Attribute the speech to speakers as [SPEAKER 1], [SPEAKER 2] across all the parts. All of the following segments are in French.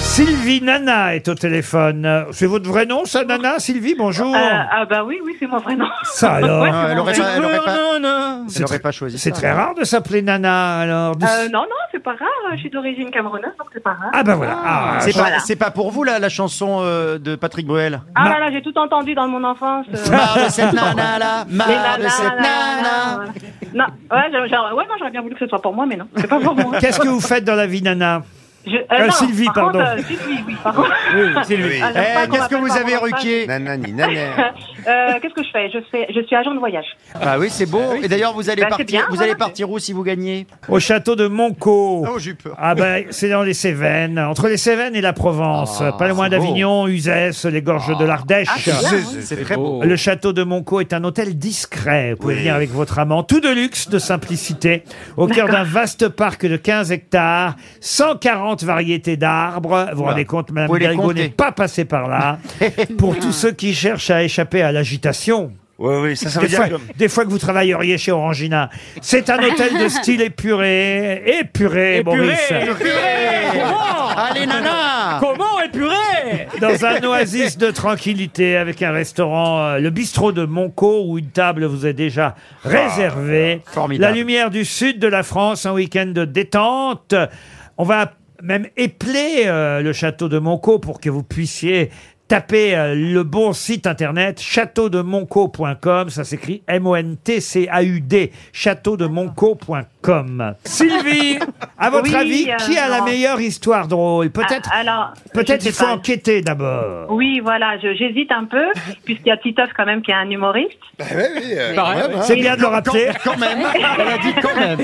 [SPEAKER 1] Sylvie Nana est au téléphone. C'est votre vrai nom, ça, Nana Sylvie, bonjour.
[SPEAKER 2] Ah, ah bah oui, oui, c'est mon vrai nom.
[SPEAKER 1] Ça alors.
[SPEAKER 2] Ouais,
[SPEAKER 3] Ah,
[SPEAKER 2] c'est
[SPEAKER 3] elle
[SPEAKER 2] mon
[SPEAKER 3] aurait
[SPEAKER 2] vrai
[SPEAKER 3] pas, elle aurait pas,
[SPEAKER 1] C'est
[SPEAKER 3] elle aurait
[SPEAKER 1] très-
[SPEAKER 3] pas choisi.
[SPEAKER 1] C'est
[SPEAKER 3] ça,
[SPEAKER 1] très
[SPEAKER 3] non.
[SPEAKER 1] rare de s'appeler Nana, alors.
[SPEAKER 2] nom. Euh, non, non, c'est pas rare. Je suis d'origine camerounaise, donc c'est pas rare.
[SPEAKER 1] Ah ben voilà. Ah,
[SPEAKER 3] C'est
[SPEAKER 2] Voilà.
[SPEAKER 3] pas, c'est pas pour vous la, la chanson euh, de Patrick Bruel.
[SPEAKER 2] Ah
[SPEAKER 1] non.
[SPEAKER 2] là là, j'ai tout entendu dans mon enfance. euh,
[SPEAKER 3] Marre de cette nana là,
[SPEAKER 2] les
[SPEAKER 3] marre de
[SPEAKER 2] nanas,
[SPEAKER 3] cette
[SPEAKER 2] là, là,
[SPEAKER 3] nana.
[SPEAKER 2] là. Non, ouais, j'ai- j'ai- ouais, moi j'aurais bien voulu que ce soit pour moi, mais non, c'est pas pour moi.
[SPEAKER 1] Qu'est-ce que vous faites dans la vie, Nana
[SPEAKER 2] Je- euh,
[SPEAKER 1] Euh,
[SPEAKER 2] non,
[SPEAKER 1] Sylvie,
[SPEAKER 2] par
[SPEAKER 1] pardon. Eh,
[SPEAKER 2] Contre, euh, Sylvie, oui, par contre.
[SPEAKER 3] Sylvie.
[SPEAKER 2] Ah, j'aime pas qu'on
[SPEAKER 3] Eh, Qu'est-ce que
[SPEAKER 2] m'appelle
[SPEAKER 3] vous
[SPEAKER 2] par
[SPEAKER 3] avez,
[SPEAKER 2] mon enfant.
[SPEAKER 3] Ruquier
[SPEAKER 4] Nanani, naner.
[SPEAKER 2] Euh, Qu'est-ce que je fais je, fais je suis agent de voyage.
[SPEAKER 3] Ah oui, c'est beau. Et d'ailleurs, vous allez
[SPEAKER 2] Bah, c'est
[SPEAKER 3] partir,
[SPEAKER 2] bien,
[SPEAKER 3] vous
[SPEAKER 2] voilà.
[SPEAKER 3] allez partir où si vous gagnez
[SPEAKER 1] Au château de Monco.
[SPEAKER 3] Oh, j'ai peur.
[SPEAKER 1] Ah ben, c'est dans les Cévennes, entre les Cévennes et la Provence,
[SPEAKER 3] Ah,
[SPEAKER 1] pas loin
[SPEAKER 3] c'est beau. Ah,
[SPEAKER 1] d'Avignon, Uzès, les gorges de l'Ardèche.
[SPEAKER 3] C'est très beau.
[SPEAKER 1] Le château de Monco est un hôtel discret. Vous pouvez venir avec votre amant, tout de luxe, de simplicité, au cœur d'un vaste parc de 15 hectares, 140 variétés d'arbres. Vous vous rendez compte, Madame
[SPEAKER 3] Vous les
[SPEAKER 1] Hidalgo
[SPEAKER 3] comptez.
[SPEAKER 1] n'est pas passée par là. Pour tous ceux qui cherchent à échapper à l'agitation.
[SPEAKER 4] Oui, oui, ça, ça veut
[SPEAKER 1] Des
[SPEAKER 4] dire
[SPEAKER 1] fois,
[SPEAKER 4] que...
[SPEAKER 1] des fois que vous travailleriez chez Orangina. C'est un hôtel de style épuré, épuré, Maurice.
[SPEAKER 3] Allez, nana
[SPEAKER 5] Comment épuré
[SPEAKER 1] Dans un oasis de tranquillité avec un restaurant, euh, le bistrot de Monco, où une table vous est déjà réservée.
[SPEAKER 3] formidable.
[SPEAKER 1] La lumière du sud de la France, un week-end de détente. On va même épeler euh, le château de Monco pour que vous puissiez taper euh, le bon site internet châteaudemonco.com. Ça s'écrit M-O-N-T-C-A-U-D, châteaudemonco.com. Sylvie, à votre
[SPEAKER 2] Oui,
[SPEAKER 1] avis,
[SPEAKER 2] euh,
[SPEAKER 1] qui a la
[SPEAKER 2] Laurent.
[SPEAKER 1] meilleure histoire drôle Peut-être
[SPEAKER 2] Ah, alors,
[SPEAKER 1] Peut-être
[SPEAKER 2] je
[SPEAKER 1] il
[SPEAKER 2] sais
[SPEAKER 1] faut
[SPEAKER 2] pas.
[SPEAKER 1] enquêter d'abord.
[SPEAKER 2] Oui, voilà, je- j'hésite un peu, puisqu'il y a Titoff quand même qui est un humoriste.
[SPEAKER 4] euh, Ah hein.
[SPEAKER 1] C'est bien de le rappeler.
[SPEAKER 3] Quand même Elle a dit quand même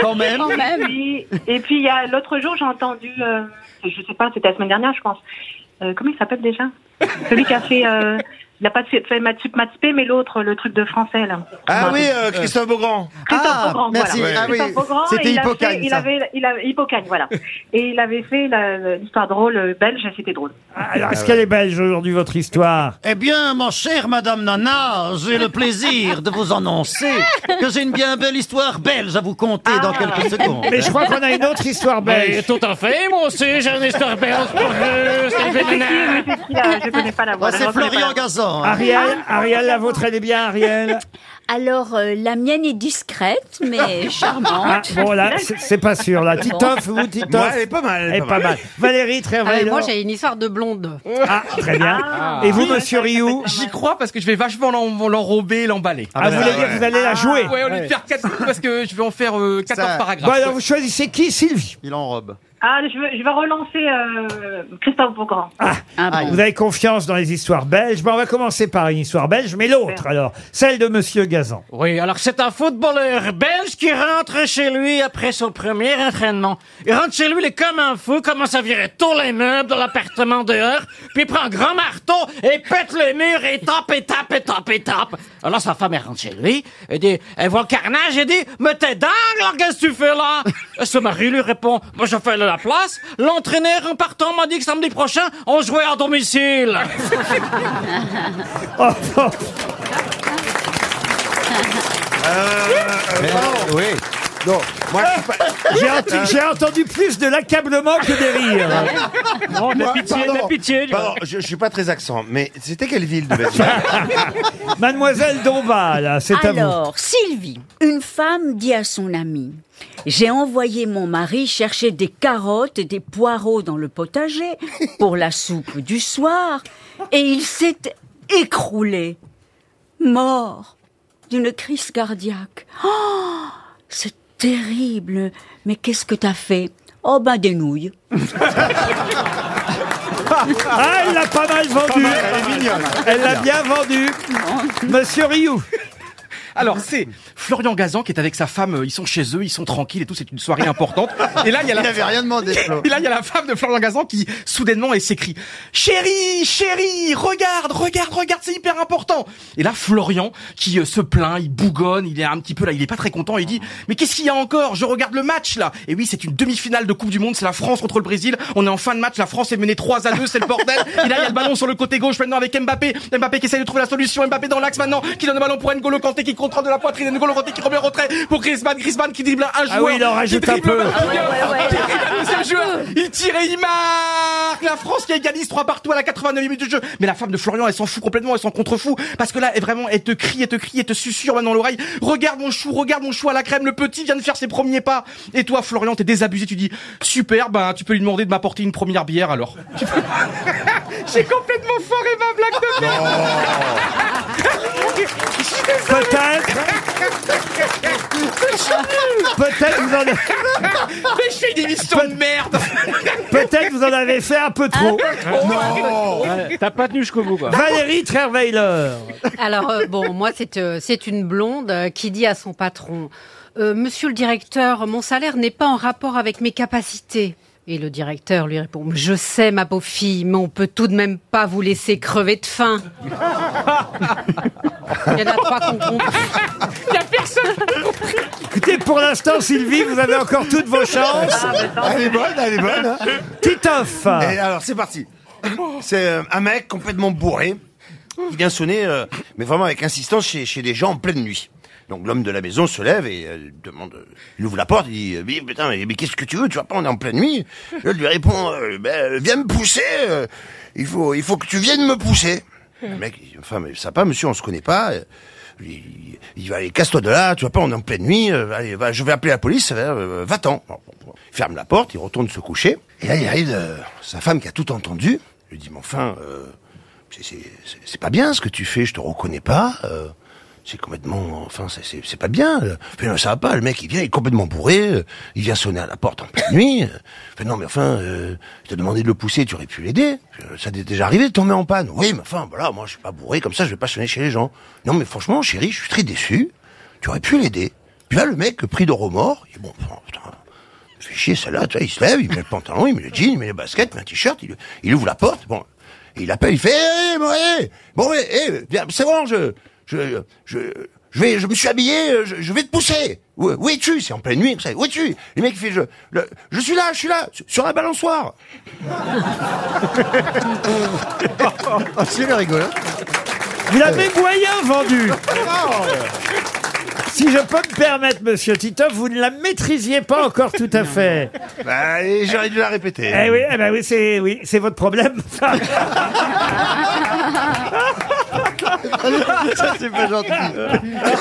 [SPEAKER 3] Quand même
[SPEAKER 2] Et puis- et puis, il y a l'autre jour, j'ai entendu, euh, je sais pas, c'était la semaine dernière, je pense. Euh, comment il s'appelle déjà Celui qui a fait, euh, il n'a pas fait fait Maths Sup, Maths P, mais l'autre, le truc de français là.
[SPEAKER 4] Ah oui, euh, Christophe Beaugrand.
[SPEAKER 2] Christophe Beaugrand,
[SPEAKER 3] merci.
[SPEAKER 2] voilà.
[SPEAKER 3] Ah oui,
[SPEAKER 2] Christophe Beaugrand,
[SPEAKER 3] c'était
[SPEAKER 2] il a
[SPEAKER 3] Hippocane,
[SPEAKER 2] fait- Il
[SPEAKER 3] ça.
[SPEAKER 2] avait, il avait Hippocane, voilà. Et il avait fait la- l'histoire drôle euh, belge, et c'était drôle.
[SPEAKER 1] Alors, est-ce qu'elle est belge aujourd'hui, votre histoire
[SPEAKER 3] Eh bien, mon cher Madame Nana, j'ai le plaisir de vous annoncer que j'ai une bien belle histoire belge à vous conter dans quelques secondes.
[SPEAKER 1] Mais je crois qu'on a une autre histoire belge.
[SPEAKER 5] Ben, Tout à fait, moi aussi, j'ai une histoire belge pour vous, Sylvie
[SPEAKER 2] C'est qui,
[SPEAKER 5] Nana.
[SPEAKER 2] oui, c'est qui, là Je connais pas la voix.
[SPEAKER 3] Ah,
[SPEAKER 2] là,
[SPEAKER 3] c'est
[SPEAKER 2] je reconnais
[SPEAKER 3] Florian
[SPEAKER 2] pas la-
[SPEAKER 3] Gazan. hein.
[SPEAKER 1] Ariel, Ariel, la vôtre, elle est bien, Ariel.
[SPEAKER 6] Alors, euh, la mienne est discrète, mais charmante.
[SPEAKER 1] Ah, bon, là, c'est c'est pas sûr, là. Titoff, vous,
[SPEAKER 4] Moi,
[SPEAKER 1] Titoff
[SPEAKER 4] elle est pas mal.
[SPEAKER 1] Elle est pas mal. Valérie, très
[SPEAKER 7] Ah ouais,
[SPEAKER 1] vrai.
[SPEAKER 7] moi, j'ai une histoire de blonde.
[SPEAKER 1] Ah, très bien. Et vous, monsieur Rioux
[SPEAKER 5] J'y crois parce que je vais vachement l'en- l'enrober, l'emballer.
[SPEAKER 1] Ah, vous
[SPEAKER 3] bah,
[SPEAKER 1] voulez dire que vous allez la jouer
[SPEAKER 5] Ouais, au lieu de faire 4 parce que je vais en faire euh, 14
[SPEAKER 3] Ça-
[SPEAKER 5] paragraphes.
[SPEAKER 1] Bon, alors, vous choisissez qui, Sylvie
[SPEAKER 3] Il enrobe.
[SPEAKER 2] Ah, je veux- je vais relancer euh, Christophe Beaugrand.
[SPEAKER 7] Ah bon.
[SPEAKER 1] Vous avez confiance dans les histoires belges Bon, on va commencer par une histoire belge, mais l'autre, alors. Celle de monsieur Gazan.
[SPEAKER 5] Oui, alors c'est un footballeur belge qui rentre chez lui après son premier entraînement. Il rentre chez lui, il est comme un fou, commence à virer tous les meubles de l'appartement dehors, puis il prend un grand marteau et pète le mur et tape et tape et tape et tape. Alors sa femme, elle rentre chez lui, elle dit, elle voit le carnage, elle dit, mais t'es dingue, là, qu'est-ce que tu fais là? Et son mari lui répond, moi je fais la place, l'entraîneur en partant m'a dit que samedi prochain, on jouait à domicile.
[SPEAKER 1] Oh, oh,
[SPEAKER 3] oui.
[SPEAKER 4] Non, moi, je suis pas...
[SPEAKER 1] J'ai ent- j'ai entendu plus de l'accablement que des rires.
[SPEAKER 4] moi, pardon,
[SPEAKER 5] pitié.
[SPEAKER 4] pardon, je, je suis pas très accent, mais c'était quelle ville de Belgique
[SPEAKER 1] Mademoiselle Dombal, ah, c'est à vous.
[SPEAKER 6] Alors, Sylvie, une femme dit à son amie J'ai envoyé mon mari chercher des carottes et des poireaux dans le potager pour la soupe du soir, et il s'est écroulé, mort d'une crise cardiaque. Oh, c'est terrible Mais qu'est-ce que t'as fait Oh, ben des nouilles
[SPEAKER 1] Ah, elle l'a pas mal vendu. Elle l'a bien vendu. Monsieur Rioux.
[SPEAKER 8] Alors, c'est Florian Gazan qui est avec sa femme. euh, Ils sont chez eux, ils sont tranquilles et tout. C'est une soirée importante. Et là, il y a
[SPEAKER 3] Il
[SPEAKER 8] la.
[SPEAKER 3] n'avait rien demandé, Flo.
[SPEAKER 8] Et là, il y a la femme de Florian Gazan qui, soudainement, elle s'écrie « Chérie, chérie, regarde, regarde, regarde, c'est hyper important !» Et là, Florian, qui euh, se plaint, il bougonne, il est un petit peu là, il est pas très content, il dit « Mais qu'est-ce qu'il y a encore Je regarde le match, là !» Et oui, c'est une demi-finale de Coupe du Monde, c'est la France contre le Brésil, on est en fin de match, la France est menée 3 à 2, c'est le bordel Et là, il y a le ballon sur le côté gauche maintenant avec Mbappé, Mbappé qui essaye de trouver la solution, Mbappé dans l'axe maintenant, qui donne le ballon pour N'Golo Kanté, qui contrôle de la poitrine, N'Golo Kanté qui remet au retrait pour Griezmann, Griezmann qui dribble un joueur,
[SPEAKER 1] Ah oui, il en
[SPEAKER 8] qui
[SPEAKER 1] rajoute un
[SPEAKER 8] dribble
[SPEAKER 1] peu.
[SPEAKER 8] un joueur, qui dribble un deuxième joueur, Il tire et il marque La France qui égalise 3 partout à la 89e minute du jeu. Mais la femme de Florian, elle s'en fout complètement, elle s'en contrefou. Parce que là, elle, vraiment, elle te crie, elle te crie, elle te susurre là, dans l'oreille. Regarde mon chou, regarde mon chou à la crème, le petit vient de faire ses premiers pas. Et toi, Florian, t'es désabusé, tu dis, super, ben, tu peux lui demander de m'apporter une première bière alors. J'ai complètement foré ma blague de merde. Je suis désolé.
[SPEAKER 1] Peut-être, peut-être vous, en avez-
[SPEAKER 8] Mais je fais des émission de merde.
[SPEAKER 1] peut-être vous en avez fait un peu trop.
[SPEAKER 5] T'as pas tenu jusqu'au bout, quoi.
[SPEAKER 1] Valérie Trierweiler.
[SPEAKER 7] Alors, euh, bon, moi, c'est euh, c'est une blonde euh, qui dit à son patron Euh, Monsieur le directeur, mon salaire n'est pas en rapport avec mes capacités. Et le directeur lui répond Je sais, ma pauvre fille, mais on peut tout de même pas vous laisser crever de faim. Il y en a trois qui ont compris.
[SPEAKER 1] Écoutez, pour l'instant, Sylvie, vous avez encore toutes vos chances.
[SPEAKER 3] Ah,
[SPEAKER 2] bah,
[SPEAKER 4] Elle est bonne, elle est bonne. hein.
[SPEAKER 1] Titoff.
[SPEAKER 4] Et alors, c'est parti. C'est euh, un mec complètement bourré. Il vient sonner, euh, mais vraiment avec insistance, chez, chez des gens en pleine nuit. Donc l'homme de la maison se lève et euh, demande, euh, il ouvre la porte, il dit, euh, mais putain, mais, mais qu'est-ce que tu veux Tu vois pas, on est en pleine nuit. L'autre lui répond, euh, ben, euh, viens me pousser. euh, il faut, il faut que tu viennes me pousser. Le mec, il dit, enfin, mais ça va, monsieur, on se connaît pas. Euh, Il, il va aller casse-toi de là, tu vois pas, on est en pleine nuit. euh, allez, va, je vais appeler la police. euh, va-t'en. Bon, bon, bon. Il ferme la porte, il retourne se coucher. Et là, il arrive euh, sa femme qui a tout entendu. Lui dit, mais enfin, euh, c'est- c'est c'est- c'est pas bien ce que tu fais, je te reconnais pas. euh, c'est complètement, enfin, c'est- c'est c'est pas bien. euh. Mais non, ça va pas. Le mec, il vient, il est complètement bourré. euh, Il vient sonner à la porte en pleine nuit. euh. Fait, non, mais enfin, euh, je t'ai demandé de le pousser, tu aurais pu l'aider. Euh, Ça t'est déjà arrivé de tomber en panne. Oui, mais enfin, voilà, moi, je suis pas bourré comme ça, je vais pas sonner chez les gens. Non, mais franchement, chérie, je suis très déçu. Tu aurais pu l'aider. Puis là, le mec, pris de remords, il dit, bon, enfin, putain, fait chier celle-là, tu vois, il se lève, il met le pantalon, il met le jean, il met les baskets, il met un t-shirt, il, il ouvre la porte, bon, il appelle, il fait, hé, bon, hé, bon, hé, hé, viens, c'est bon, je, je, je, je vais, je me suis habillé, je, je vais te pousser. Où, où es-tu? C'est en pleine nuit, comme ça. Où es-tu? Le mec, il fait, je, le- je suis là, je suis là, sur- sur un balançoire.
[SPEAKER 3] Oh,
[SPEAKER 4] c'est rigolo.
[SPEAKER 1] Vous l'avez moyen vendu. Si je peux me permettre, monsieur Titoff, vous ne la maîtrisiez pas encore tout à fait.
[SPEAKER 4] Bah, et j'aurais dû la répéter.
[SPEAKER 1] Eh oui, eh ben oui, c'est oui, c'est votre problème.
[SPEAKER 3] Ça, c'est pas gentil. Ça,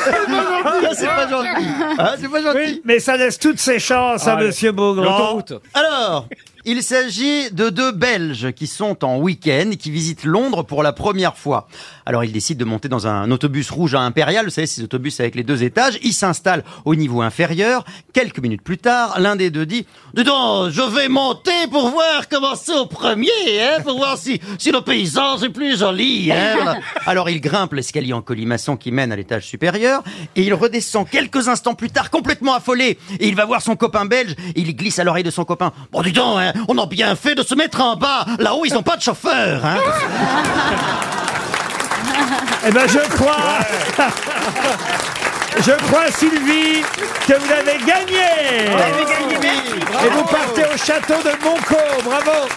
[SPEAKER 3] c'est pas gentil. Ah, c'est pas gentil.
[SPEAKER 1] Mais ça laisse toutes ses chances à monsieur Beaugrand.
[SPEAKER 5] L'autoroute.
[SPEAKER 3] Alors, il s'agit de deux Belges qui sont en week-end, et qui visitent Londres pour la première fois. Alors, ils décident de monter dans un autobus rouge à Impérial, vous savez, ces autobus avec les deux étages. Ils s'installent au niveau inférieur. Quelques minutes plus tard, l'un des deux dit « Dis donc, je vais monter pour voir comment c'est au premier, hein, pour voir si, si le paysage est plus joli. Hein, Voilà. Alors, il grimpe l'escalier en colimaçon qui mène à l'étage supérieur et il redescend quelques instants plus tard complètement affolé. Et il va voir son copain belge. Il glisse à l'oreille de son copain. Bon, dis donc, hein, on a bien fait de se mettre en bas. Là-haut, ils n'ont pas de chauffeur. Hein.
[SPEAKER 1] Eh ben je crois, je crois Sylvie que vous avez gagné. Et vous partez au château de Monco. Bravo.